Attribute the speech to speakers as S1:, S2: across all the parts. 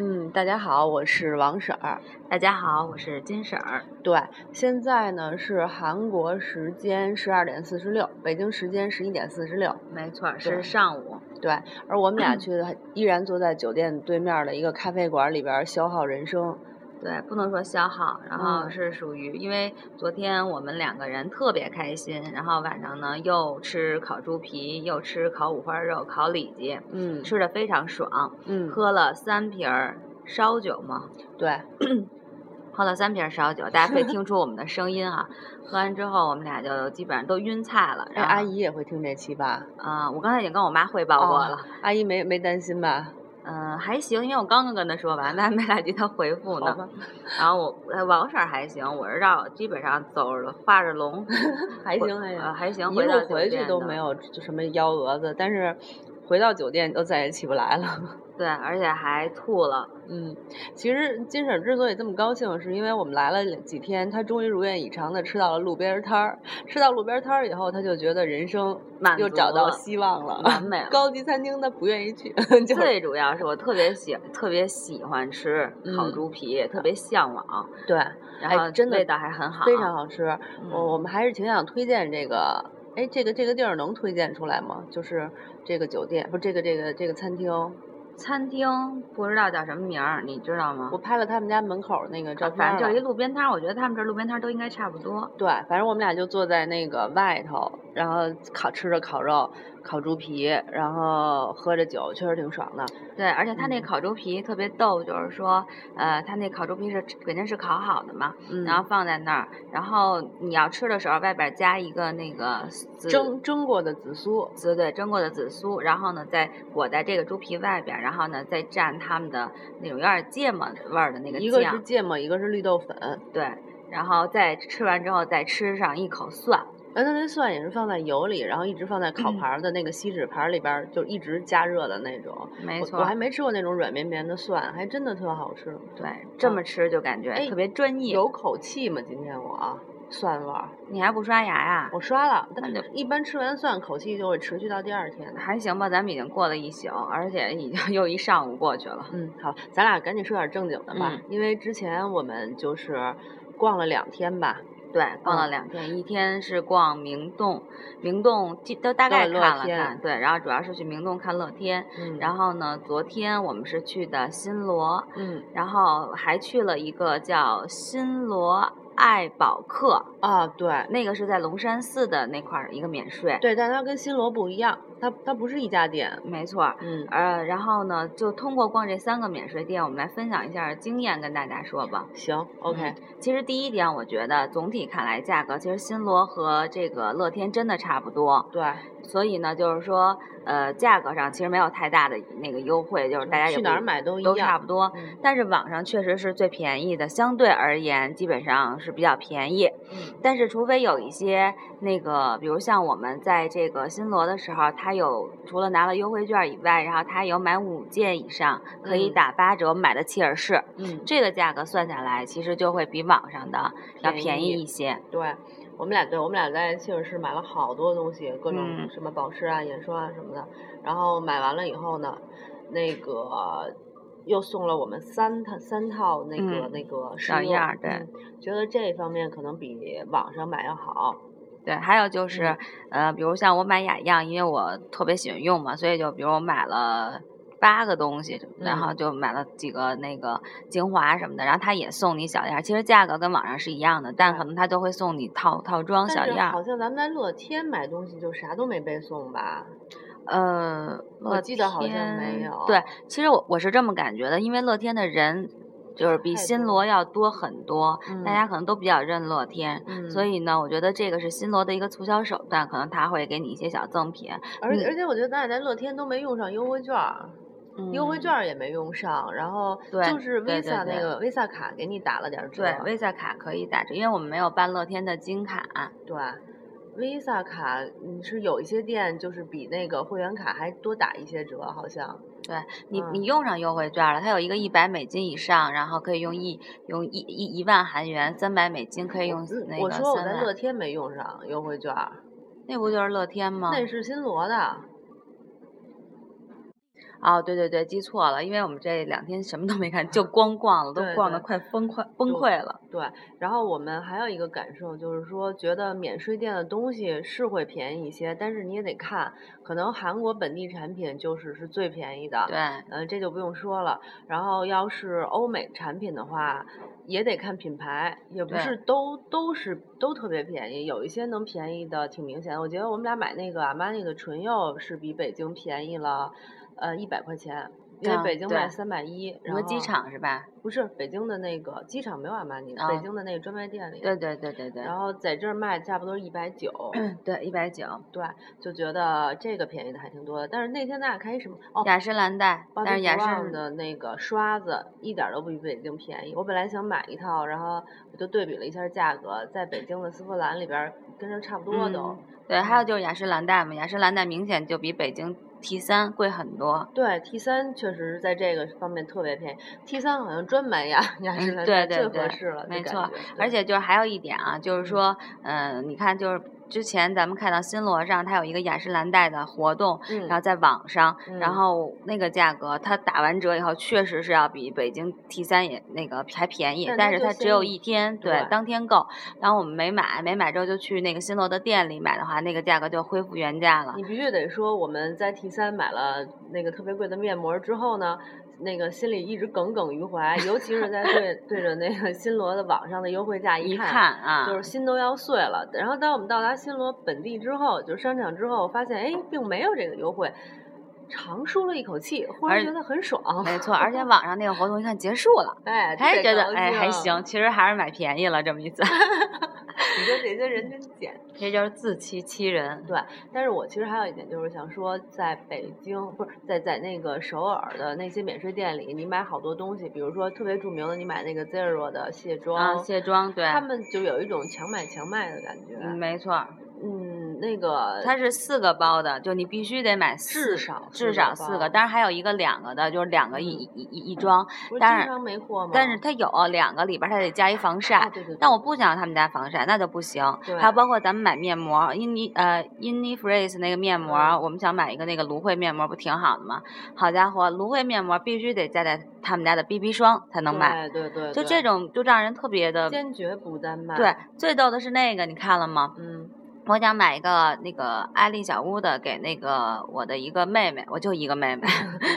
S1: 嗯，大家好，我是王婶儿。
S2: 大家好，我是金婶儿。
S1: 对，现在呢是韩国时间十二点四十六，北京时间十一点四十六。
S2: 没错儿，
S1: 对
S2: 是上午。
S1: 对，而我们
S2: 嗯
S1: 俩却依然坐在酒店对面的一个咖啡馆里边儿消耗人生。
S2: 对，不能说消耗，然后
S1: 嗯
S2: 是属于，因为昨天我们两个人特别开心，然后晚上呢又吃烤猪皮，又吃烤五花肉、烤里脊，
S1: 嗯
S2: 吃的非常爽，
S1: 嗯，
S2: 喝了三瓶儿烧酒嘛，
S1: 对，
S2: 喝了三瓶儿烧酒，大家可以听出我们的声音啊。喝完之后，我们俩就基本上都晕菜了。
S1: 哎，
S2: 然后
S1: 阿姨也会听这期吧？
S2: 啊、我刚才已经跟啊我妈汇报过
S1: 哦
S2: 了，
S1: 阿姨没没担心吧？
S2: 嗯、还行，因为我刚刚跟她说完，但还没来及她回复
S1: 好
S2: 呢。
S1: 吧，
S2: 然后我哎王婶儿还行，我是绕基本上走着画着龙，
S1: 还
S2: 回
S1: 行还行
S2: 呃还行，
S1: 一
S2: 到
S1: 路
S2: 酒
S1: 回去
S2: 店
S1: 都
S2: 的
S1: 没。有就什么幺蛾子，但是回到酒店就再也起不来了。
S2: 对，而且还吐了。
S1: 嗯，其实金婶儿之所以这么高兴，是因为我们来了两几天，她终于如愿以偿的吃到了路边儿摊儿。吃到路边儿摊儿以后，她就觉得人生
S2: 满
S1: 又
S2: 足
S1: 找到
S2: 了嗯
S1: 希望了，
S2: 完美了
S1: 高级餐厅她不愿意去， 就
S2: 最主要是我特别喜特别喜欢吃烤
S1: 嗯
S2: 猪皮，特别向往，
S1: 对，
S2: 然
S1: 哎
S2: 后
S1: 真的
S2: 味道还很好，
S1: 非常好吃。
S2: 嗯
S1: 我我们还是挺想推荐这个，哎，这个这个地儿能推荐出来吗？就是这个酒店，不，这个这个这个餐厅，
S2: 餐厅不知道叫什么名儿，你知道吗啊
S1: 我？拍了他们家门口儿那个照片
S2: 反
S1: 儿
S2: 正就是一
S1: 了。
S2: 路边摊儿，我觉得他们这路边摊儿都应该差不多。
S1: 对，反正我们俩就坐在那个外头，然后烤吃着烤肉、烤猪皮，然后喝着酒，确实挺爽的。
S2: 对，而且他那
S1: 嗯
S2: 烤猪皮特别逗，就是说，呃，他那烤猪皮是肯定是烤好的嘛，
S1: 嗯，
S2: 然后放在那儿，然后你要吃的时候外边儿加一个那个紫
S1: 蒸蒸过的紫苏，
S2: 紫对蒸过的紫苏，然后呢再裹在这个猪皮外边儿，然后呢再蘸他们的那种有点芥末味儿的那个
S1: 一个
S2: 酱
S1: 是，芥末，一个是绿豆粉。
S2: 对，然后再吃完之后再吃上一口蒜，
S1: 哎，那那蒜也是放在油里，然后一直放在烤
S2: 嗯
S1: 盘儿的那个锡纸盘儿里边儿，就一直加热的那种。
S2: 没
S1: 我
S2: 错
S1: 我
S2: 儿，
S1: 还没吃过那种软绵绵的蒜，还真的特好吃。
S2: 对，这
S1: 嗯
S2: 么吃就感觉
S1: 哎
S2: 特别专业。
S1: 有口气吗？今天我啊蒜味儿，
S2: 你还不刷牙呀？
S1: 我刷了，
S2: 那
S1: 但
S2: 就
S1: 一般吃完蒜口气就会持续到第二天。
S2: 还行吧，咱们已经过了一宿，而且已经 又一上午过去了。
S1: 嗯，好，咱俩赶紧说点正经的吧，
S2: 嗯
S1: 因为之前我们就是逛了两天吧，
S2: 对，逛了
S1: 嗯
S2: 两天，一天是逛明洞，明洞记都大
S1: 对
S2: 概
S1: 乐
S2: 看了
S1: 天
S2: 看，对，然后主要是去明洞看乐天，
S1: 嗯然后
S2: 然后呢，昨天我们是去的新罗，
S1: 嗯
S2: 然后还去了一个叫新罗爱宝克，
S1: 啊对
S2: 那个是在龙山寺的那块儿一个免税，
S1: 对，但它跟新罗不一样，它它不是一家店，
S2: 没错儿。
S1: 嗯
S2: 呃，然后呢，就通过逛这三个免税店，我们来分享一下经验，跟大家说吧。
S1: 行，OK，
S2: 嗯其实第一点，我觉得总体看来，价格其实新罗和这个乐天真的差不多，
S1: 对，
S2: 所以呢，就是说，呃，价格上其实没有太大的那个优惠，就是大家
S1: 嗯
S2: 也
S1: 去
S2: 不
S1: 哪儿买都一
S2: 都差
S1: 样，
S2: 不多。
S1: 嗯
S2: 但是网上确实是最便宜的，相对而言基本上是比较便宜。
S1: 嗯
S2: 但是除非有一些那个，比如像我们在这个新罗的时候，它有除了拿了优惠券以外，然后它有买五件以上可以
S1: 嗯
S2: 打八折买的切尔氏。
S1: 嗯
S2: 这个价格算下来，其实就会比网上的要
S1: 便
S2: 便宜
S1: 宜
S2: 一些。
S1: 对。我们俩对，我们俩在切尔西买了好多东西，各种
S2: 嗯
S1: 什么保湿啊、眼霜啊什么的。然后买完了以后呢，那个又送了我们三套三套那个、
S2: 嗯
S1: 那个试
S2: 小
S1: 用
S2: 样儿对
S1: 嗯觉得这方面可能比网上买要好。
S2: 对，还有就是，
S1: 嗯
S2: 呃，比如像我买雅漾，因为我特别喜欢用嘛，所以就比如我买了。八个东西，
S1: 嗯
S2: 然后就买了几个那个精华什么的，然后它也送你小样儿，其实价格跟网上是一样的，但
S1: 对
S2: 可能它就会送你套套装嗯小
S1: 但是
S2: 样
S1: 好
S2: 儿。
S1: 像咱们在乐天买东西就啥都没被送吧？
S2: 呃，
S1: 我
S2: 乐
S1: 记得好像没
S2: 天
S1: 有
S2: 对，其实我我是这么感觉的，因为乐天的人就是比
S1: 太
S2: 新
S1: 多
S2: 罗要多很多，
S1: 嗯
S2: 大家可能都比较认乐天，
S1: 嗯
S2: 所以呢，我觉得这个是新罗的一个促销手段，可能他会给你一些小赠品。
S1: 而且、
S2: 嗯
S1: 而且我觉得咱俩在乐天都没用上优惠券儿，优惠
S2: 嗯
S1: 券儿也没用上，然后
S2: 对
S1: 就是 Visa
S2: 对对对
S1: 那个 Visa 卡给你打了点儿折，
S2: 对 Visa 卡可以打折，因为我们没有办乐天的金卡。啊
S1: 对 Visa 卡你是有一些店就是比那个会员卡还多打一些折，好像
S2: 对你，
S1: 嗯
S2: 你用上优惠券了，它有一个一百美金以上，然后可以用一用一一一万韩元，三百美金可以用
S1: 嗯
S2: 那
S1: 我
S2: 个
S1: 说我
S2: 三
S1: 在
S2: 万嗯
S1: 乐。天没用上优惠券儿，
S2: 那不就是乐天吗？
S1: 那是新罗的。
S2: 哦，对对对，记错了，因为我们这两天什么都没 看，就光逛了，都
S1: 对
S2: 逛
S1: 对
S2: 得快崩溃崩
S1: 就
S2: 溃了。
S1: 对，然后我们还有一个感受就是说，觉得免税店的东西是会便宜一些，但是你也得看，可能韩国本地产品就是是最便宜的，
S2: 对，
S1: 嗯、这就不用说了。然后要是欧美产品的话，也得看品牌，也不
S2: 对
S1: 是都都是都特别便宜，有一些能便宜的挺明显的。我觉得我们俩买那个阿玛尼的唇釉是比北京便宜了，呃，一百块钱，因为
S2: 啊
S1: 北京卖
S2: 对
S1: 三百一，
S2: 你
S1: 然
S2: 说
S1: 后
S2: 机场是吧？
S1: 不是北京的那个机场没有阿玛尼，
S2: 啊
S1: 北京的那个专卖店里，
S2: 对对对对嗯对，
S1: 然后在这儿卖差不多一百九，
S2: 对一百九，
S1: 对，就觉得这个便宜的还挺多的。但是那天咱俩看一什么哦，
S2: 雅诗兰黛，
S1: 芭
S2: 但是
S1: 比
S2: 雅
S1: 布朗
S2: 诗
S1: 的那个刷子一点儿都不比北京便宜。我本来想买一套，然后我就对比了一下价格，在北京的丝芙兰里边儿跟这差不多都。
S2: 嗯对，还有就是雅诗兰黛嘛，雅诗兰黛明显就比北京 T 三贵很多。
S1: 对 T 三确实是在这个方面特别便宜，T 三好像专门雅雅诗
S2: 嗯
S1: 兰
S2: 对
S1: 黛
S2: 对
S1: 最
S2: 对
S1: 合适了，
S2: 没
S1: 这感
S2: 错
S1: 觉，
S2: 而
S1: 对
S2: 且就是还有一点啊，就是说，嗯、你看就是之前咱们看到新罗上它有一个雅诗兰黛的活动，然后
S1: 嗯，
S2: 在网上，然
S1: 嗯
S2: 后那个价格它打完折以后，确实是要比北京 T 三也那个还便宜，
S1: 但
S2: 但
S1: 它
S2: 是
S1: 就
S2: 它只
S1: 先
S2: 有
S1: 一
S2: 一天，对，
S1: 对
S2: 当天购。然后我们没买，没买之后就去那个新罗的店里买的话，那个价格就恢复原价了。
S1: 你必须得说我们在 T 三买了那个特别贵的面膜之后呢。那个心里一直耿耿于怀，尤其是在对对着那个新罗的网上的优惠价
S2: 一
S1: 看，
S2: 看啊，
S1: 就是心都要碎了。然后当我们到达新罗本地之后，就是商场之后，发现哎，并没有这个优惠，长舒了一口气，忽
S2: 而
S1: 然觉得很爽。
S2: 没错，而且网上那个活动一看结束 了，
S1: 哎，特
S2: 哎，
S1: 别
S2: 觉得
S1: 高
S2: 哎还
S1: 兴
S2: 行，。其实还是买便宜了这么一次，
S1: 你说这些人真贱。
S2: 这就是自欺欺人。
S1: 对，但是我其实还有一点就是想说，在北京不是在在那个首尔的那些免税店里，你买好多东西，比如说特别著名的，你买那个 Zero 的卸
S2: 啊，
S1: 妆，
S2: 卸妆对，
S1: 他们就有一种强买强卖的感觉。
S2: 嗯没错，
S1: 嗯，那个
S2: 它是四个包的，就你必须得买四
S1: 少四
S2: 至少
S1: 个
S2: 四个，
S1: 包
S2: 当然还有一个两个的，就是两个一一一一装，
S1: 不是
S2: 但
S1: 经
S2: 是
S1: 常没货吗？
S2: 但是它有啊两个里边儿它得加一防晒，
S1: 啊对对对
S2: 但我不想要他们家防晒，那就不行。
S1: 对
S2: 还有包括咱们买面膜，Inni 呃 Innifreeze 那个面膜，
S1: 嗯
S2: 我们想买一个那个芦荟面膜，不挺好的吗？好家伙，芦�荟面膜必须得加在他们家的 BB 霜才能买，
S1: 对对对，
S2: 就这种就让人特别的。
S1: 坚决不单卖。
S2: 对，，最逗的是那个，你看了吗？
S1: 嗯，
S2: 我想买一个那个爱丽小屋的，给那个我的一个妹妹，我就一个妹妹，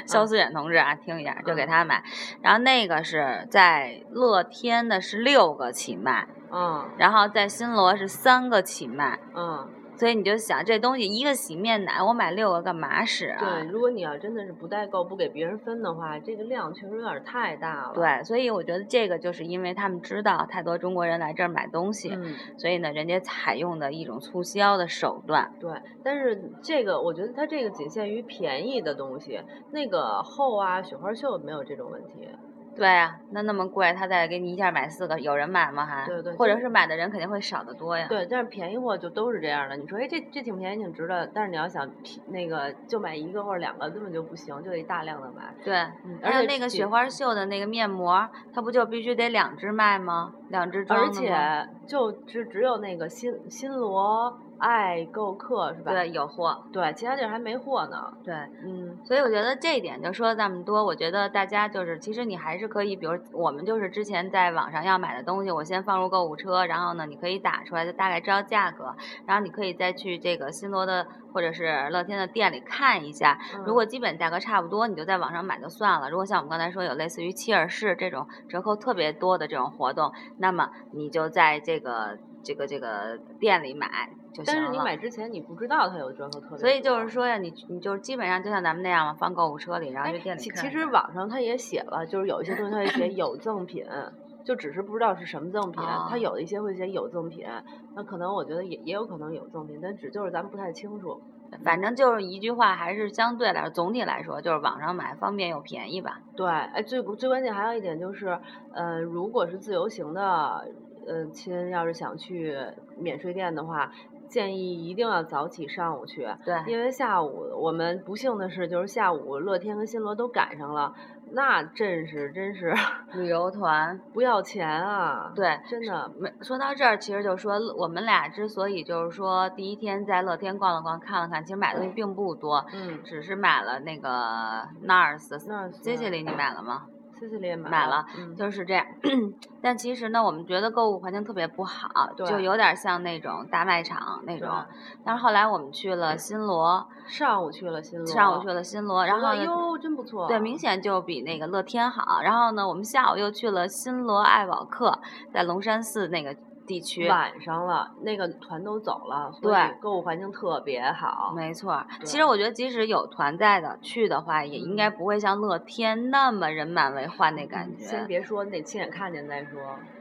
S2: 肖思远同志啊，听一下，就给
S1: 嗯
S2: 她买。然后那个是在乐天的是六个起卖，
S1: 嗯
S2: 然后在新罗是三个起卖，
S1: 嗯，
S2: 所以你就想这东西一个洗面奶，我买六个干嘛使啊
S1: 对，？如果你要真的是不代购、不给别人分的话，这个量确实有点太大了。，
S2: 对，所以我觉得这个就是因为他们知道太多中国人来这儿买东西，
S1: 嗯，
S2: 所以呢，人家采用的一种促销的手段。
S1: 对。但是这个，我觉得它这个仅限于便宜的东西，那个厚啊、雪花袖没有这种问题。
S2: 对啊，那那么贵，他再给你一下买四个，有人买吗还？
S1: 对对
S2: 或者
S1: 就是
S2: 是买的人肯定会少得多呀。
S1: 对，但是便宜货就都是这样的。你说，哎，这这挺便宜，挺值的。但是你要想那个就买一个或者两个，根本就不行，就得大量的买。
S2: 对，
S1: 嗯，而
S2: 还有
S1: 且
S2: 那个
S1: 几
S2: 雪花秀的那个面膜，它不就必须得两支卖吗？两支装
S1: 而
S2: 的
S1: 且
S2: 吗
S1: 就只只有那个新新罗爱购客是吧？
S2: 对有货，
S1: 对其他地儿还没货呢。
S2: 对，
S1: 嗯，
S2: 所以我觉得这一点就说了那么多，我觉得大家就是，其实你还是可以，比如我们就是之前在网上要买的东西，我先放入购物车，然后呢，你可以打出来，就大概知道价格，然后你可以再去这个新罗的或者是乐天的店里看一下。嗯
S1: 嗯
S2: 如果基本价格差不多，你就在网上买就算了。如果像我们刚才说有类似于切尔氏这种折扣特别多的这种活动，那么你就在这个这个这个店里买就行
S1: 但是
S2: 了。
S1: 你买之前你不知道它有折扣特别多，
S2: 所以就是说呀，你你就是基本上就像咱们那样嘛，放购物车里，然后
S1: 哎，
S2: 去店里
S1: 其
S2: 看
S1: 其
S2: 一
S1: 实
S2: 看
S1: 网上它也写了，就是有一些东西它会写有赠品。就只是不知道是什么赠品，
S2: 哦
S1: 它有一些会写有赠品，那可能我觉得也也有可能有赠品，但只就是咱们不太清楚。
S2: 反正就是一句话，还是相对来说，总体来说就是网上买方便又便宜吧。
S1: 对，哎，最最关键还有一点就是，呃，如果是自由行的，呃，亲要是想去免税店的话，建议一定要早起上午去，
S2: 对，
S1: 因为下午我们不幸的是，就是下午乐天和新罗都赶上了，那真是真是
S2: 旅游团。
S1: 不要钱啊！，
S2: 对，
S1: 真的，
S2: 没说到这儿，其实就说我们俩之所以就是说第一天在乐天逛了逛、看了看，其实买的东西并不多，
S1: 嗯，
S2: 只是买了那个 NARS。
S1: 那
S2: 谢谢你，你买了吗？
S1: 谢谢你
S2: 买了
S1: 了，嗯，
S2: 就是这样，但其实呢，我们觉得购物环境特别不好，
S1: 对
S2: 就有点像那种大卖场那
S1: 对
S2: 种。但是后来我们去了新罗，
S1: 上午去了新罗，
S2: 上午去了新罗，然
S1: 觉
S2: 后
S1: 得
S2: 呢，
S1: 哟，真不错，
S2: 对，明显就比那个乐天好。然后呢，我们下午又去了新罗艾保克，在龙山寺那个地区。
S1: 晚上了，那个团都走了，所
S2: 对
S1: 以购物环境特别好，
S2: 没错儿，其
S1: 对嗯
S2: 实我觉得即使有团在的去的话，也应该不会像乐天那么人满为患那感觉。
S1: 先别说，你得亲眼看见再说。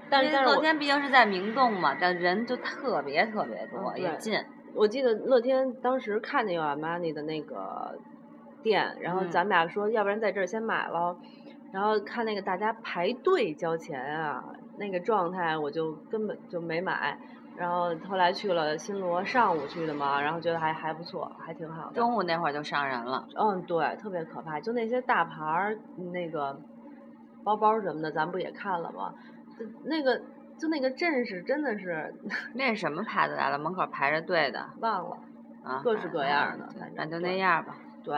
S1: 但是
S2: 因为
S1: 但是
S2: 乐
S1: 我
S2: 天毕竟是在明洞嘛，但人就特别特别多，
S1: 嗯
S2: 也
S1: 对
S2: 近。
S1: 我记得乐天当时看见有阿玛尼的那个店，然后
S2: 嗯
S1: 咱们俩说，要不然在这儿先买了。然后看那个大家排队交钱啊，那个状态我就根本就没买。然后后来去了新罗，上午去的嘛，然后觉得还还不错，还挺好的。
S2: 中午那会儿就上人了，
S1: 嗯，对，特别可怕，就那些大牌儿嗯那个包包什么的，咱不也看了吗？就那个就那个阵势真的是
S2: 那是什么牌子来了？门口排着队的
S1: 忘了。
S2: 啊，
S1: 各式各样儿的
S2: 对
S1: 反正
S2: 反正就
S1: 对
S2: 那样儿吧。
S1: 对，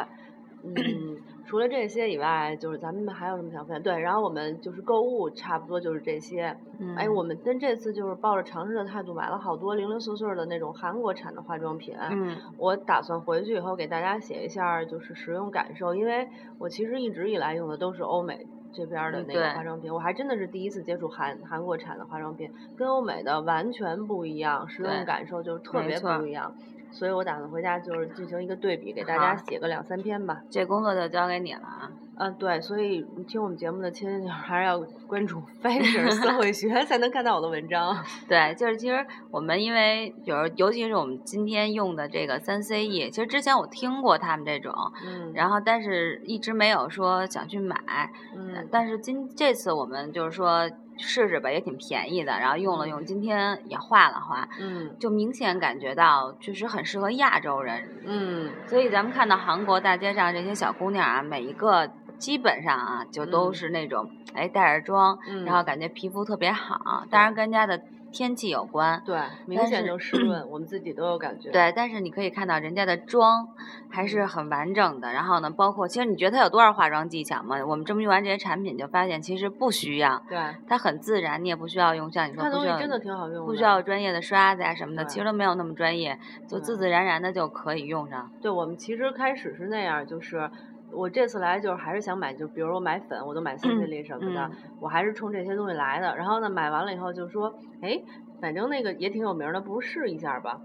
S1: 嗯，除了这些以外，就是咱们还有什么想分享？对，然后我们就是购物，差不多就是这些。
S2: 嗯、
S1: 哎，我们跟这次就是抱着尝试的态度，买了好多零零碎碎的那种韩国产的化妆品。
S2: 嗯
S1: 我打算回去以后给大家写一下儿就是使用感受，因为我其实一直以来用的都是欧美这边儿的
S2: 嗯
S1: 那个
S2: 对
S1: 化妆品，我还真的是第一次接触韩韩国产的化妆品，跟欧美的完全不一样，使用
S2: 对
S1: 感受就是特
S2: 没
S1: 别
S2: 错
S1: 不一样，所以我打算回家就是进行一个对比，给大家
S2: 好
S1: 写个两三篇吧。
S2: 这工作就交给你了啊。
S1: 嗯，对，所以听我们节目的亲戚还是要关注 Fashion 社会学才能看到我的文章。
S2: 对，就是其实我们因为有时候，尤其是我们今天用的这个三 C E，其实之前我听过他们这种，
S1: 嗯，
S2: 然后但是一直没有说想去买，
S1: 嗯，
S2: 但是今这次我们就是说试试吧，也挺便宜的，然后用了
S1: 嗯
S2: 用，今天也化了化，
S1: 嗯
S2: 就明显感觉到确实很适合亚洲人，
S1: 嗯，
S2: 所以咱们看到韩国大街上这些小姑娘啊，每一个基本上啊就都
S1: 嗯
S2: 是那种、哎带着妆，
S1: 嗯
S2: 然后感觉皮肤特别好，当然跟人家的天气有关。
S1: 对，明
S2: 但
S1: 显
S2: 是
S1: 就湿润，我们自己都有感觉。
S2: 对，但是你可以看到人家的妆还是很完整的。然后呢，包括其实你觉得它有多少化妆技巧吗？我们这么用完这些产品，就发现其实不需要，
S1: 对，
S2: 它很自然，你也不需要用像你说
S1: 看
S2: 不
S1: 东
S2: 需
S1: 西
S2: 要
S1: 真的挺好用的。
S2: 不需要专业的刷子呀、什么的，其
S1: 对
S2: 实都没有那么专业，就自
S1: 对
S2: 自然然的就可以用上。
S1: 对，我们其实开始是那样，就是我这次来就是还是想买，就比如我买粉，我都买 C C 里什么的，
S2: 嗯
S1: 我还是冲这些东西来的。然后呢，买完了以后就说，哎，反正那个也挺有名儿的，不如试一下吧。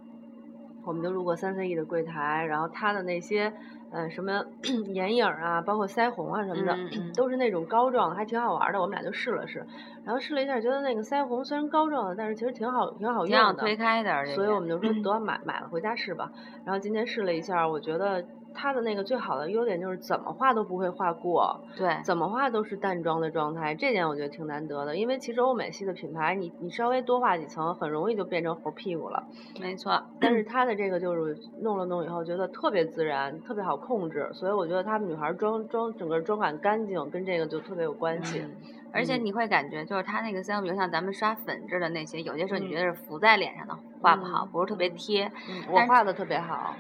S1: 我们就路过三 C E 的柜台，然后它的那些，呃，什么 眼影儿啊，包括腮红啊什么的，
S2: 嗯 嗯
S1: 都是那种膏状的，还挺好玩儿的。我们俩就试了试，然后试了一下，觉得那个腮红虽然膏状的，但是其实挺好，挺好用
S2: 挺
S1: 的。
S2: 好推开的，而且
S1: 所以我们就
S2: 嗯
S1: 说得买买了回家试吧。然后今天试了一下，我觉得它的那个最好的优点就是怎么画都不会画过，
S2: 对
S1: 怎么画都是淡妆的状态，这点我觉得挺难得的。因为其实欧美系的品牌，你你稍微多画几层，很容易就变成猴屁股了。
S2: 没错，
S1: 但是它的这个就是弄了弄以后，觉得特别自然，特别好控制，所以我觉得他们女孩妆妆整个妆感干净，跟这个就特别有关系。
S2: 嗯而且
S1: 嗯
S2: 你会感觉就是它那个腮红，比如像咱们刷粉质的那些，有些时候你
S1: 嗯
S2: 觉得是浮在脸上的，画不好，
S1: 嗯
S2: 不是特别贴。
S1: 嗯我
S2: 但是
S1: 画的特别好，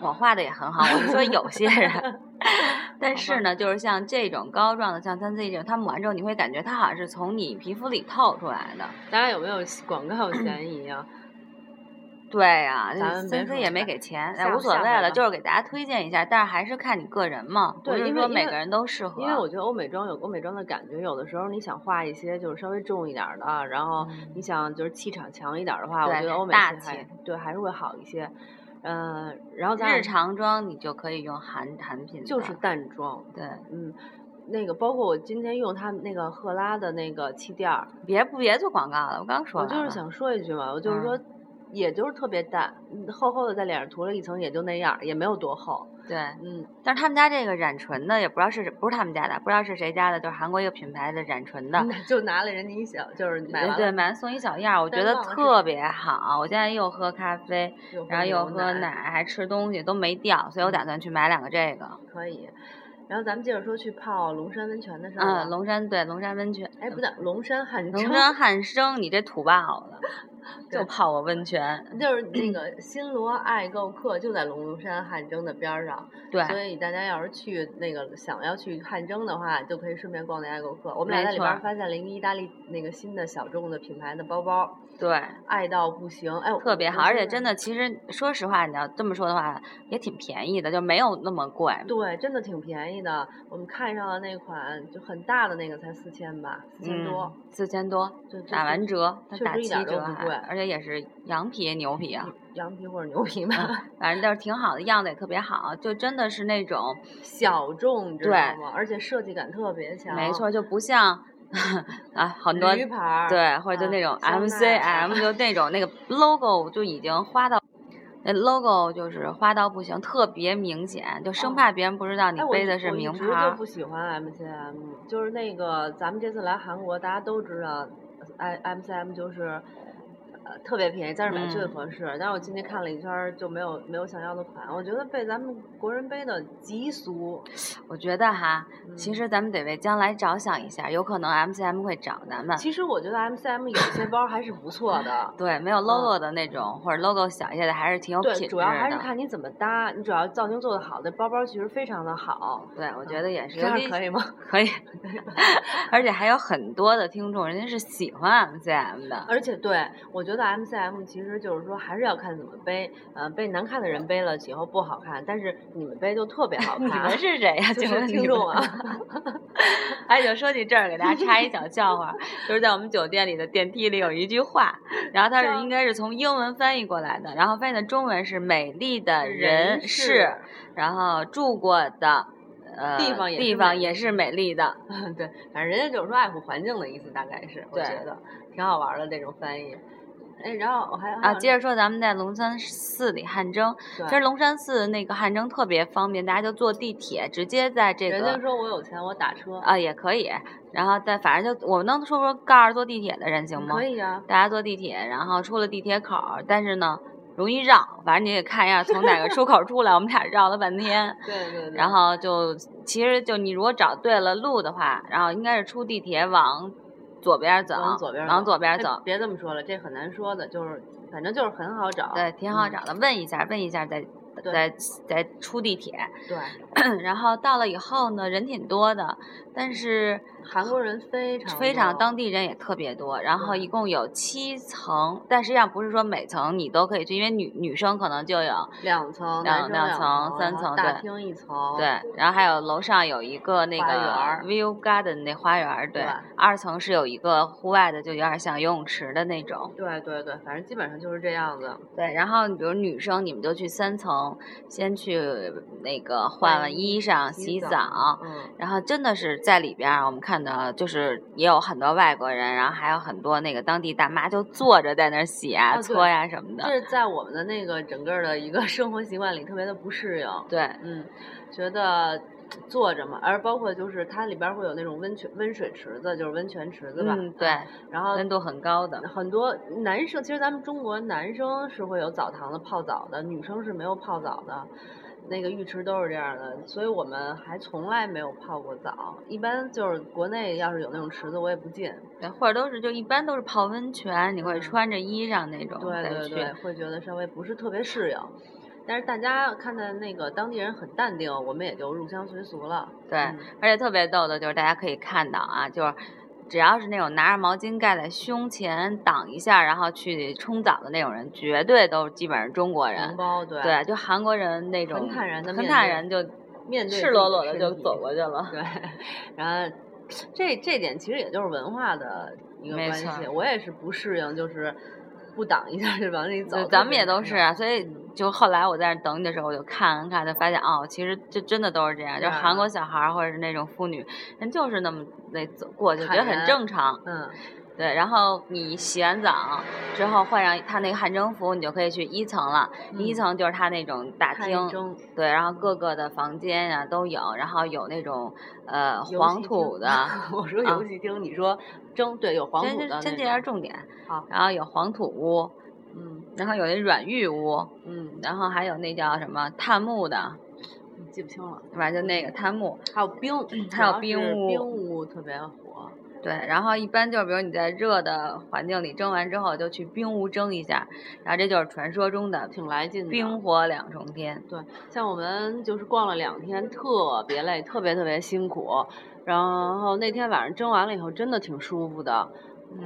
S2: 我画的也很好，我是说有些 人。但
S1: 好
S2: 是呢，就是像这种膏状的，像三 C 这种，它抹完之后，你会感觉它好像是从你皮肤里透出来的。
S1: 大家有没有广告嫌疑啊？
S2: 对啊呀、
S1: 咱们别
S2: 三
S1: 说
S2: C 也没
S1: 下
S2: 给钱，
S1: 下
S2: 哎，无所
S1: 下
S2: 谓
S1: 回
S2: 了，
S1: 吧
S2: 就是给大家推荐一下，但是还是看你个人嘛，不
S1: 对
S2: 是
S1: 因为
S2: 说
S1: 因
S2: 每
S1: 为
S2: 个人都适合。
S1: 因为我觉得欧美妆有欧美妆的感觉，有的时候你想画一些就是稍微重一点儿的啊，然后
S2: 嗯
S1: 你想就是气场强一点儿的话，我
S2: 对
S1: 觉得欧美
S2: 大
S1: 系还
S2: 气
S1: 对还是会好一些。嗯、然后咱俩
S2: 日常妆你就可以用韩韩品的，
S1: 就是淡妆，
S2: 对，
S1: 嗯，那个包括我今天用他们那个赫拉的那个气垫儿，
S2: 别不别做广告了，我刚说
S1: 我就
S2: 完
S1: 是
S2: 了嗯
S1: 想说一句嘛，我就是说，也就是特别淡，嗯厚厚的在脸上涂了一层，也就那样儿，也没有多厚，
S2: 对，
S1: 嗯，
S2: 但是他们家这个染唇的也不知道是不是他们家的，不知道是谁家的，就是韩国一个品牌的染唇的，
S1: 就拿了人家一小，就是嗯买
S2: 对
S1: 完
S2: 对，
S1: 了
S2: 买完送一小样儿，我觉
S1: 但
S2: 得
S1: 忘了是
S2: 特别好。我现在又喝咖啡，
S1: 又
S2: 然后又喝
S1: 哦奶。嗯
S2: 奶，还吃东西都没掉，所以我打算去买两个这个。
S1: 可以。然后咱们接着说去泡龙山温泉的事儿吧。
S2: 嗯，龙山对龙山温泉，
S1: 哎，不对，龙山汉
S2: 龙
S1: 蒸，
S2: 山汉生，你这土霸好了，就
S1: 对
S2: 泡过温泉，
S1: 就是那个新罗爱购客就在龙山汉蒸的边儿上，
S2: 对，
S1: 所以大家要是去那个想要去汉蒸的话，就可以顺便逛那爱购客。我们俩
S2: 没
S1: 在里
S2: 错
S1: 边
S2: 儿
S1: 儿发现了一个意大利那个新的小众的品牌的包包，
S2: 对，
S1: 爱到不行，哎，
S2: 特别好，
S1: 我
S2: 而且
S1: 现在
S2: 真的，其实说实话，你要这么说的话，也挺便宜的，就没有那么贵。
S1: 对，真的挺便宜的。我们看上了那款就很大的那个才四千吧，四千多，
S2: 嗯，四千多，
S1: 就就
S2: 打完折，它
S1: 确
S2: 打
S1: 实一
S2: 七
S1: 点儿都
S2: 折
S1: 不
S2: 还
S1: 贵，嗯
S2: 而且也是羊皮、牛皮啊，
S1: 羊皮或者牛皮吧，
S2: 反正就是挺好的，样子也特别好，就真的是那种，
S1: 小众，你知
S2: 对
S1: 道吗？而且设计感特别强，
S2: 没错，就不像 啊很多
S1: 驴牌儿，
S2: 对，或者就
S1: 啊
S2: 那种
S1: 香奈儿
S2: MCM，就 那种那个 logo 就已经花到。那 logo 就是花到不行，特别明显，就生
S1: 哦
S2: 怕别人不知道你
S1: 哎，我
S2: 背
S1: 一
S2: 的是
S1: 我
S2: 名
S1: 一
S2: 牌
S1: 直
S2: 儿
S1: 就。不喜欢 MCM，就是那个咱们这次来韩国，大家都知道，I 哎 MCM 就是。呃，特别便宜，在这儿买最
S2: 嗯
S1: 合适。但是我进去看了一圈儿，就没有没有想要的款。我觉得被咱们国人背的极俗。
S2: 我觉得哈，其
S1: 嗯
S2: 实咱们得为将来着想一下，有可能 MCM 会找咱们。，
S1: 其实我觉得 MCM 有些包还是不错的
S2: 对，没有 logo 的那种，或者 logo 小一些的，还是挺有品质
S1: 嗯对，
S2: 的。
S1: 主要还是看你怎么搭。你主要造型做得好，这包包其实非常的好。
S2: 对，我觉得也
S1: 嗯这
S2: 是，尤
S1: 样
S2: 其
S1: 可以吗？
S2: 可以，而且还有很多的听众，人家是喜欢 MCM 的。
S1: 而且对，我觉得 MCM 其实就是说还是要看怎么背，呃，被难看的人背了以后不好看，但是你们背就特别好
S2: 你
S1: 看
S2: 们。是谁呀、
S1: 就
S2: 请
S1: 是
S2: 问你
S1: 听众
S2: 们
S1: 啊
S2: 哎，就说起这儿，给大家插一小笑话儿，就是在我们酒店里的电梯里有一句话，然后它
S1: 叫
S2: 是应该是从英文翻译过来的，然后翻译的中文是“美丽的人
S1: 人
S2: 是”，然后住过的。呃，
S1: 地方也是
S2: 地
S1: 美
S2: 方
S1: 丽
S2: 也
S1: 的
S2: 是美丽的，
S1: 对，反正人家就是说爱护环境的意思，大概是我
S2: 对
S1: 觉得挺好玩儿的这种翻译。哎，然后我还
S2: 啊，接着说，咱们在龙山寺里汗蒸，
S1: 着
S2: 其实龙山寺那个汗蒸特别方便，大家就坐地铁，直接在这
S1: 人家
S2: 个
S1: 说我有钱，我打车，
S2: 啊也可以。然后但反正就我们能说说告诉坐地铁的人行吗
S1: 可？以啊，
S2: 大家坐地铁，然后出了地铁口儿，但是呢容易绕，反正你得看一下从哪个出口出来。我们俩绕了半天，
S1: 对对对。
S2: 然后就其实就你如果找对了路的话，然后应该是出地铁往左边儿走，
S1: 往左边儿
S2: 往
S1: 走
S2: 左边儿
S1: 哎
S2: 走。
S1: 别这么说了，这很难说的，就是反正就是很好找，
S2: 对，挺好
S1: 嗯
S2: 找的。问一下，问一下，再
S1: 对
S2: 再再出地铁。
S1: 对，
S2: 然后到了以后呢，人挺多的，但是
S1: 韩国人非常
S2: 非常
S1: 多
S2: 当地人也特别多。然后
S1: 对
S2: 一共有七层，但实际上不是说每层你都可以去，因为女女生可能就有
S1: 两层，男
S2: 两
S1: 生
S2: 两
S1: 两
S2: 层三
S1: 然后
S2: 层
S1: 大
S2: 对
S1: 厅一层，
S2: 对，然后还有楼上有一个那
S1: 哦花园
S2: 个
S1: 儿
S2: view garden 那花园儿，对
S1: 对，
S2: 二层是有一个户外的，就有点像游泳池的那种。
S1: 对对对，反正基本上就是这样子。
S2: 对，然后你比如女生，你们就去三层，先去那个换了
S1: 换
S2: 衣裳、
S1: 洗
S2: 洗
S1: 澡
S2: 澡，
S1: 嗯，
S2: 然后真的是在里边儿，我们看到就是也有很多外国人，然后还有很多那个当地大妈就坐着在那儿洗啊、
S1: 啊对
S2: 搓呀、什么
S1: 这
S2: 的。
S1: 是在我们的那个整个的一个 生活习惯里特别的不适应。
S2: 对
S1: 嗯，觉得坐着嘛，而包括就是它里边儿会有那种温泉温水池子，就是温泉池子吧。
S2: 嗯，对，
S1: 然后
S2: 温度很高的。
S1: 很多男生，其实咱们中国男生是会有澡堂的泡澡的，女生是没有泡澡的，那个浴池都是这样的，所以我们还从来没有泡过澡。一般就是国内要是有那种池子，我也不进。
S2: 对，或者都是就一般都是泡温泉，你会
S1: 嗯
S2: 穿着衣裳那种
S1: 对
S2: 再
S1: 对
S2: 去。
S1: 对，会觉得稍微不是特别适应。但是大家看到那个当地人很淡定，我们也就入乡随俗了。
S2: 对
S1: 嗯
S2: 而且特别逗的就是大家可以看到啊，就是只要是那种拿着毛巾盖在胸前挡一下，然后去冲澡的那种人，绝对都基本上中国
S1: 同
S2: 人。
S1: 胞对
S2: 对，就韩国人那种
S1: 坦然地
S2: 很
S1: 面
S2: 坦
S1: 对
S2: 然就
S1: 面对
S2: 赤
S1: 自
S2: 裸
S1: 己的
S2: 裸的
S1: 身
S2: 就
S1: 体
S2: 走过去了。
S1: 对，然后这这点其实也就是文化的一个
S2: 没
S1: 关
S2: 错
S1: 系。我也是不适应，就是不挡一下就往里走
S2: 对，。
S1: 特
S2: 咱们
S1: 别
S2: 也都
S1: 难
S2: 是
S1: 受
S2: 啊，所
S1: 嗯
S2: 以就后来我在那等你的时候，我就看看看，就发现哦，其实就真的都是这样，就是
S1: 是
S2: 韩
S1: 啊
S2: 国小孩儿或者是那种妇女，人就是那么那走过去，觉
S1: 坦
S2: 得很
S1: 然
S2: 正常。
S1: 嗯，
S2: 对，然后你洗完澡之后换上他那个汗蒸服，你就可以去一层了。一
S1: 嗯
S2: 层就是他那种大
S1: 汗
S2: 厅，
S1: 蒸
S2: 对，然后各个的房间啊都有，然后有那种呃
S1: 游
S2: 黄
S1: 戏
S2: 土
S1: 厅
S2: 的，
S1: 我说
S2: 啊
S1: 游戏厅，你说蒸，对，有黄
S2: 先
S1: 土的
S2: 先
S1: 那
S2: 先这是
S1: 种。
S2: 重点。
S1: 好
S2: 然后有黄土屋，
S1: 嗯
S2: 然后有那软玉屋，
S1: 嗯，
S2: 然后还有那叫什么炭木的，
S1: 嗯记不清了。
S2: 反正就那个檀木，
S1: 还有冰，
S2: 还有
S1: 主要是
S2: 冰屋
S1: 冰屋特别火。
S2: 对，然后一般就是比如你在热的环境里蒸完之后，就去冰屋蒸一下，然后这就是传说中的
S1: 挺来劲的
S2: 冰火两重天。
S1: 对，像我们就是逛了两天，特别累，特别特别辛苦。然后那天晚上蒸完了以后，真的挺舒服的。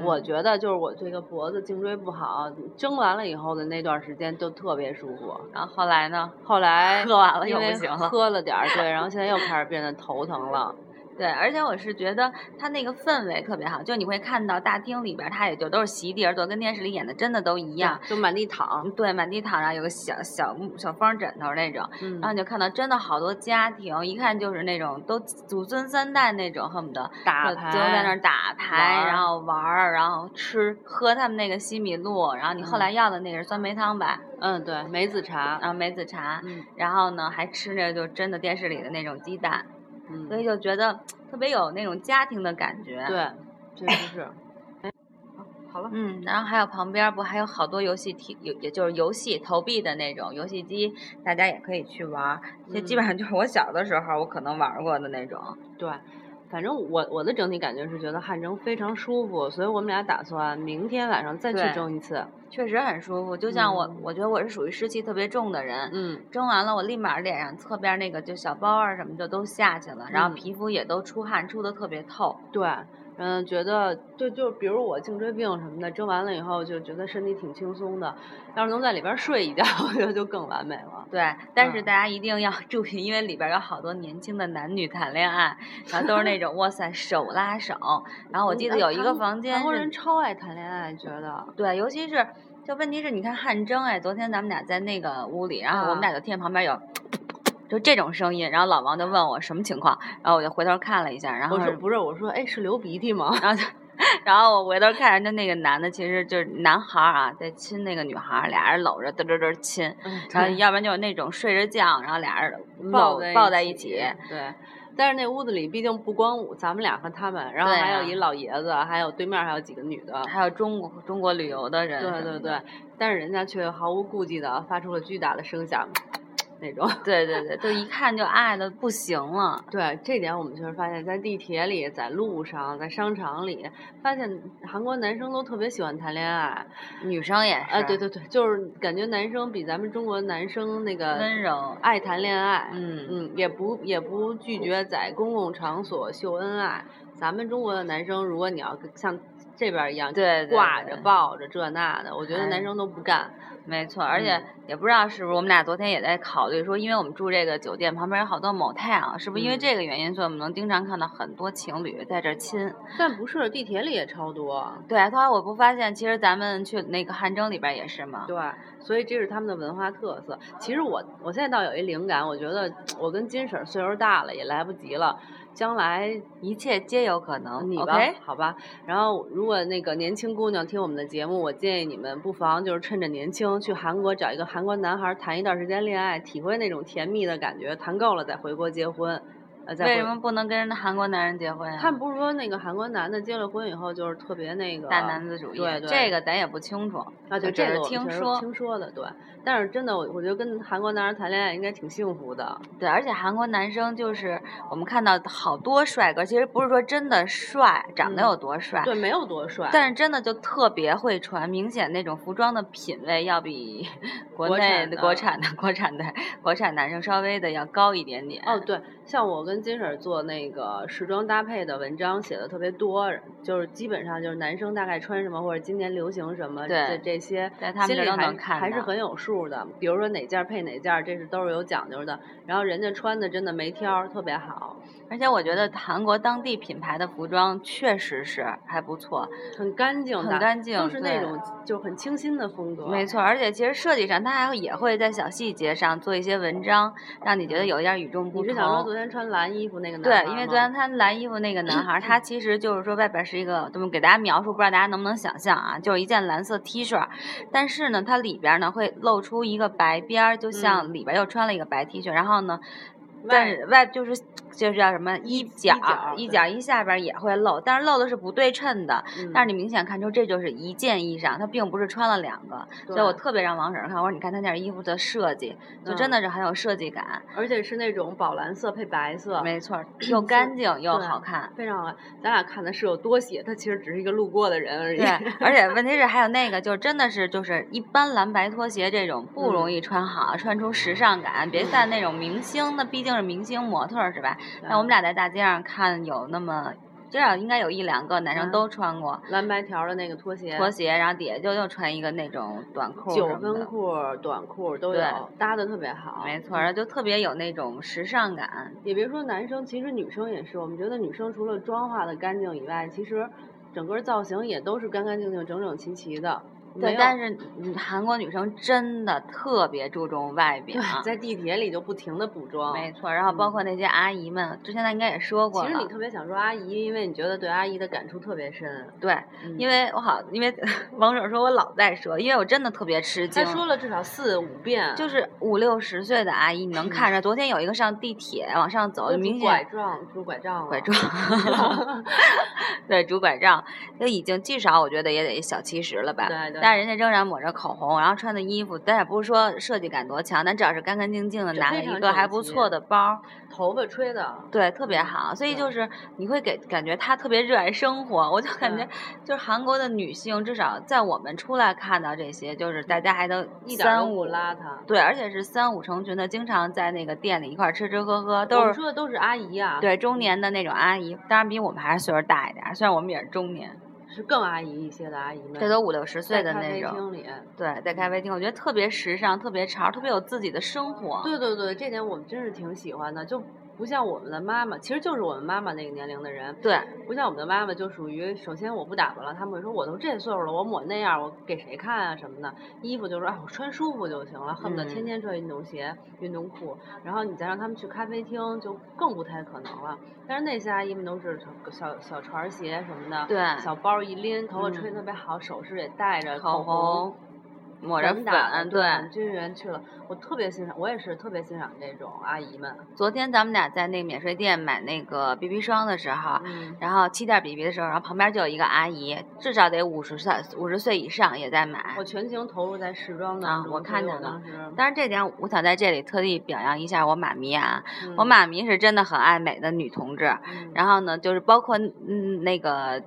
S1: 我觉得就是我这个脖子颈椎不好，蒸完了以后的那段时间就特别舒服。
S2: 然后后来呢，
S1: 后来
S2: 喝完了
S1: 因
S2: 又不
S1: 为
S2: 行了
S1: 喝了点儿，对，然后现在又开始变得头疼了。
S2: 对，而且我是觉得它那个氛围特别好，就你会看到大厅里边儿，它也就都是席地而坐，跟电视里演的真的都一样。
S1: 就满地躺，
S2: 对，满地躺着有个小小木小方枕头那种，
S1: 嗯
S2: 然后你就看到真的好多家庭，一看就是那种都祖孙三代那种，恨不得
S1: 打
S2: 就就在那
S1: 牌
S2: 儿打
S1: 玩
S2: 牌，
S1: 儿
S2: 然后玩儿，然后吃喝他们那个西米露，然后你后来要的那个是酸梅汤吧，
S1: 嗯，对，梅子茶，
S2: 然后梅子茶，
S1: 嗯
S2: 然后呢还吃那个就真的电视里的那种鸡蛋，
S1: 嗯，
S2: 所以就觉得特别有那种家庭的感觉。，
S1: 对，确实是。哎好了，
S2: 嗯，然后还有旁边儿不还有好多游戏厅，有也就是游戏投币的那种游戏机，大家也可以去玩儿。就基
S1: 嗯
S2: 本上就是我小的时候我可能玩儿过的那种。
S1: 对，反正我我的整体感觉是觉得汗蒸非常舒服，所以我们俩打算明天晚上再
S2: 对
S1: 去蒸一次。
S2: 确实很舒服，就像我，
S1: 嗯
S2: 我觉得我是属于湿气特别重的人，
S1: 嗯，
S2: 蒸完了我立马脸上侧边那个就小包啊什么就都下去了，然后
S1: 嗯
S2: 皮肤也都出汗，出的特别透。
S1: 对，嗯，觉得就就比如我颈椎病什么的，蒸完了以后就觉得身体挺轻松的，要是能在里边儿睡一觉，我觉得就更完美了。
S2: 对，但是
S1: 嗯
S2: 大家一定要 注意，因为里边有好多年轻的男女谈恋爱，然后都是那种哇塞手拉手，然后我
S1: 嗯
S2: 记
S1: 啊
S2: 得有一
S1: 韩
S2: 个
S1: 国
S2: 房间
S1: 韩国
S2: 是
S1: 人超爱谈恋爱，觉得
S2: 对，尤其是就问题是，你看汗蒸哎，昨天咱们俩在那个屋里，然后我们
S1: 啊
S2: 俩就听见旁边有就这种声音，然后老王就问我什么情况，然后我就回头看了一下，然后
S1: 我说不是，我说哎，是流鼻涕吗？
S2: 然后就然后我回头看人家那个男的，其实就是男孩儿啊，在亲那个女孩儿，俩人搂着嘚嘚嘚亲， 然后
S1: 对
S2: 要不然就是那种睡着觉，然后俩人
S1: 嗯抱
S2: 搂抱在一
S1: 起
S2: 起。，
S1: 对。但是那屋子里毕竟不光咱们俩和他们，然后
S2: 对
S1: 还有
S2: 啊
S1: 一老爷子，还有对面还有几个女的，
S2: 还有中国中国旅游 的人什么
S1: 对
S2: 的，
S1: 对对。但是人家却毫无顾忌的发出了巨大的声响，那种。
S2: 对对对，就一看就爱的不行了。
S1: 对，这点我们确实发现，在地铁里、在路上、在商场里，发现韩国男生都特别喜欢谈恋爱。
S2: 女生也是，
S1: 啊，对对对，就是感觉男生比咱们中国男生那个
S2: 温柔，
S1: 爱谈恋爱。
S2: 嗯，
S1: 嗯，也不也不拒绝在公共场所秀恩爱。咱们中国的男生，如果你要跟像这边儿一样，
S2: 对对
S1: 挂
S2: 对
S1: 着抱着这那的，我觉得
S2: 哎
S1: 男生都不干。
S2: 没错，而且
S1: 嗯
S2: 也不知道是不是我们俩昨天也在考虑说，因为我们住这个酒店旁边有好多 motel，是不是因为
S1: 嗯
S2: 这个原因，所以我们能经常看到很多情侣在这儿亲？
S1: 但不是，地铁里也超多。
S2: 对，后来我不发现，其实咱们去那个汗蒸里边儿也是嘛。
S1: 对，所以这是他们的文化特色。其实我我现在倒有一灵感，我觉得我跟金婶儿岁数大了，也来不及了，将来嗯
S2: 一切皆有可能。
S1: 你吧
S2: OK，
S1: 好吧。然后，如果那个年轻姑娘听我们的节目，我建议你们不妨就是趁着年轻去韩国找一个韩国男孩儿谈一段时间恋爱，体会那种甜蜜的感觉，谈够了再回国结婚。呃，再
S2: 为
S1: 回
S2: 什么不能跟人家韩国男人结婚呀、
S1: 他们不是说那个韩国男的结了婚以后就是特别那个
S2: 大男子主义，
S1: 对对
S2: 这个咱也不清楚。
S1: 啊，对，
S2: 我
S1: 这
S2: 只
S1: 个
S2: 是
S1: 我们
S2: 听
S1: 确实
S2: 说
S1: 听说的，对。但是真的，我我觉得跟韩国男人谈恋爱应该挺幸福的，
S2: 对，而且韩国男生就是我们看到好多帅哥，其实不是说真的帅，长得
S1: 嗯
S2: 有多帅，
S1: 对，没有多帅，
S2: 哎但是真的就特别会穿，明显那种服装的品味要比国
S1: 国
S2: 内
S1: 产
S2: 的
S1: 的
S2: 国产的国产的国产男生稍微的要高一点点。
S1: 哦，对，像我跟金婶儿做那个时装搭配的文章写的特别多，就是基本上就是男生大概穿什么或者今年流行什么，
S2: 对
S1: 这这些
S2: 在他们
S1: 心
S2: 这
S1: 里
S2: 都
S1: 还
S2: 能
S1: 是
S2: 看
S1: 还是
S2: 到
S1: 很有数的。比如说哪件儿配哪件儿，这是都是有讲究的。然后人家穿的真的没挑儿，特别好，
S2: 而且我觉得韩国当地品牌的服装确实是还不错，
S1: 很干净的，
S2: 很干净
S1: 都是那
S2: 对
S1: 种就很清新的风格。
S2: 没错。而且其实设计上，它还会也会在小细节上做一些文章，让你觉得有一点与众不
S1: 嗯你
S2: 同。
S1: 是想说昨天穿蓝衣服那个男孩
S2: 对，
S1: 儿
S2: 因为
S1: 吗
S2: 昨天他蓝衣服那个男孩儿，他其实就是说外边儿是一个，怎么给大家描述，不知道大家能不能想象啊，就是一件蓝色 T 恤儿，但是呢，它里边儿呢会露出一个白边儿，就像里边儿又穿了一个白 T 恤，然后呢。
S1: 嗯外
S2: 但是外就是就是叫什么衣
S1: 角
S2: 角儿衣
S1: 对嗯
S2: 角儿衣下边儿也会露，但是露的是不对称的。但是你明显看出这就是一件衣裳，它并不是穿了两个。
S1: 你
S2: 所以我特别让王婶儿看，我说你看她那件衣服的设计，就
S1: 嗯
S2: 真的是很有设计感。
S1: 而且是那种宝蓝色配白色，
S2: 没错儿，又干净又
S1: 对
S2: 好看。
S1: 非常好。咱俩看的是有多写，他其实只是一个路过的人而已。
S2: 对，而且问题是还有那个，就真的是就是一般蓝白拖鞋这种不容
S1: 嗯
S2: 易穿好，穿出时尚感。别
S1: 嗯
S2: 看那种明星，那毕竟是明星模特儿是吧？
S1: 对
S2: 但我们俩在大街上看有那么。至少应该有一两个男生
S1: 嗯
S2: 都穿过
S1: 蓝白条的那个拖鞋，
S2: 拖鞋，然后底下就又穿一个那种短裤什
S1: 九
S2: 么
S1: 分
S2: 的，
S1: 裤、短裤都
S2: 对
S1: 有，搭的特别好。
S2: 没错儿，然后就特别有那种时尚感。
S1: 也别说男生，其实女生也是。我们觉得女生除了妆化的干净以外，其实整个造型也都是干干净净、整整齐齐的。没
S2: 对，
S1: 有
S2: 但是嗯韩国女生真的特别注重外表，哦嗯
S1: 对，在地铁里就不停的补妆。
S2: 啊没错儿。然后包括那些阿姨们，之前咱应该也说过
S1: 其实
S2: 了
S1: 你特别想说阿姨，因为你觉得对阿姨的感触特别深。
S2: 对，
S1: 嗯
S2: 因为我好，因为王婶说我老在说，因为我真的特别吃惊
S1: 他。说了至少四五遍，
S2: 就是五六十岁的阿姨，
S1: 嗯
S2: 你能看着。拄昨天有一个上地铁往上走，
S1: 都
S2: 就
S1: 拄
S2: 明
S1: 拐
S2: 显
S1: 杖，拄拐杖了，
S2: 拐杖， 对，拄拐杖，就已经至少我觉得也得小七十了吧。
S1: 对对
S2: 但人家仍然抹着口红，然后穿的衣服，但也不是说设计感多强，但只要是干干净净的，
S1: 这
S2: 拿
S1: 非
S2: 了
S1: 常
S2: 一个还
S1: 整
S2: 不
S1: 齐
S2: 错的包，
S1: 头发吹的，
S2: 对，特别
S1: 嗯
S2: 好，所以就
S1: 对
S2: 是你会给感觉她特别热爱生活，我就感觉
S1: 对
S2: 就是韩国的女性，至少在我们出来看到这些，就是大
S1: 嗯
S2: 家还都
S1: 一点儿
S2: 三
S1: 都不
S2: 五，
S1: 邋遢。
S2: 对，而且是三五成群的，经常在那个店里一块儿吃吃喝喝，
S1: 我
S2: 都
S1: 们
S2: 是
S1: 说的都是阿姨啊，
S2: 对中年的那种阿姨，当然比我们还是岁数大一点儿，虽然我们也是中年，
S1: 是更阿姨一些的阿姨们，
S2: 这都五六十岁
S1: 在
S2: 的
S1: 咖
S2: 那
S1: 啡
S2: 种，
S1: 厅嗯里。
S2: 对，在咖啡厅，我觉得特别时尚，特别潮，特别有自己的生活，
S1: 对对对，这点我们真是挺喜欢的，就不像我们的妈妈，其实就是我们妈妈那个年龄的人，
S2: 对
S1: 不像我们的妈妈就属于，首先我不打扮了，他们会说我都这岁数了，我抹那样，我给谁看啊什么的。衣服就说啊，我穿舒服就行了，恨不得天
S2: 嗯
S1: 天穿运动鞋、运动裤。然后你再让他们去咖啡厅，就更不太可能了。但是那些阿姨们都是小小小船鞋什么的，
S2: 对
S1: 小包一拎，头发吹
S2: 嗯
S1: 得特别好，首饰也戴着，
S2: 口
S1: 红
S2: 红，抹着粉，
S1: 打的
S2: 对。
S1: 满军人去了，我特别欣赏，我也是特别欣赏这种阿姨们。
S2: 昨天咱们俩在那个免税店买那个 BB 霜的时候，
S1: 嗯，
S2: 然后气垫 BB 的时候，然后旁边就有一个阿姨，至少得五十岁五十岁以上也在买
S1: 我。全情投入在时装
S2: 啊
S1: 当中，
S2: 我看
S1: 所以
S2: 见了
S1: 当时
S2: 当然，这点我想在这里特地表扬一下我妈咪啊，
S1: 嗯
S2: 我妈咪是真的很爱美的女同志。
S1: 嗯
S2: 然后呢，就是包括嗯那个。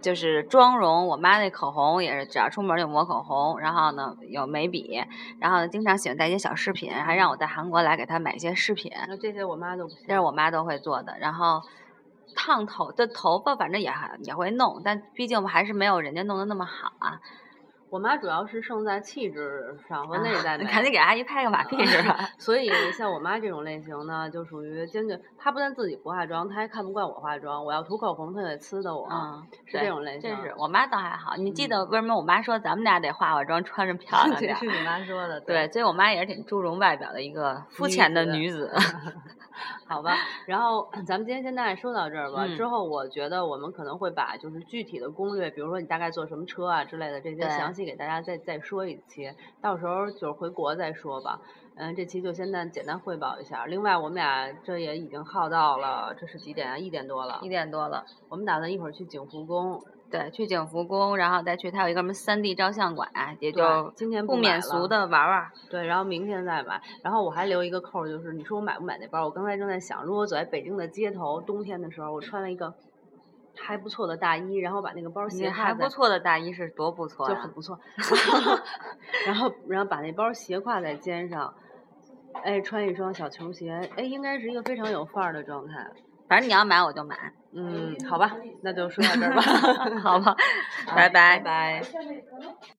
S2: 就是妆容，我妈那口红也是，只要出门就抹口红，然后呢有眉笔，然后呢经常喜欢带一些小饰品，还让我在韩国来给她买一些饰品。
S1: 那这些我妈都不信。
S2: 这是我妈都会做的。然后烫头，这头发反正也还也会弄，但毕竟还是没有人家弄得那么好啊。
S1: 我妈主要是胜在气质上和内在
S2: 啊
S1: 美，
S2: 你赶紧给阿姨拍个马屁
S1: 嗯
S2: 是 吧？
S1: 所以像我妈这种类型呢，就属于坚决，她不但自己不化妆，她还看不惯我化妆。我要涂口红，她得呲的我，
S2: 嗯，
S1: 是这
S2: 对
S1: 种类型
S2: 真。是我妈倒还好。你记
S1: 嗯
S2: 得为什么我妈说咱们俩得化化妆，穿着漂亮
S1: 这
S2: 点儿
S1: 是？你妈说的，
S2: 对，所以我妈也是挺注重外表的一个肤
S1: 女
S2: 浅的
S1: 子
S2: 女 子。
S1: 好吧，然后咱们今天先大概说到这儿吧。
S2: 嗯
S1: 之后我觉得我们可能会把就是具体的攻略，比如说你大概坐什么车啊之类的这些
S2: 对
S1: 详细给大家再再说一期，到时候就是回国再说吧。嗯，这期就先暂简单汇报一下。另外，我们俩这也已经耗到了，这是几点啊？一点多了
S2: 一。点多了，
S1: 我们打算一会儿去景福宫，
S2: 对，去景福宫，然后再去它有一个什么三 D 照相馆，也
S1: 对
S2: 就
S1: 今天
S2: 不
S1: 买
S2: 免俗
S1: 了
S2: 的玩玩。
S1: 对，然后明天再买。然后我还留一个扣儿，就是你说我买不买那包儿？我刚才正在想，如果走在北京的街头，冬天的时候，我穿了一个还不错的大衣，然后把那个包儿
S2: 你
S1: 斜
S2: 还
S1: 挎
S2: 不
S1: 在，
S2: 错的大衣是多不错
S1: 就
S2: 呀
S1: 很！不错。 然后，然后把那包儿斜挎在肩上，哎，穿一双小球鞋，哎，应该是一个非常有范儿的状态。
S2: 反正你要买我就买。
S1: 嗯，好吧，那就说到这儿吧
S2: 哎。好吧，
S1: 啊
S2: 拜拜
S1: 拜拜。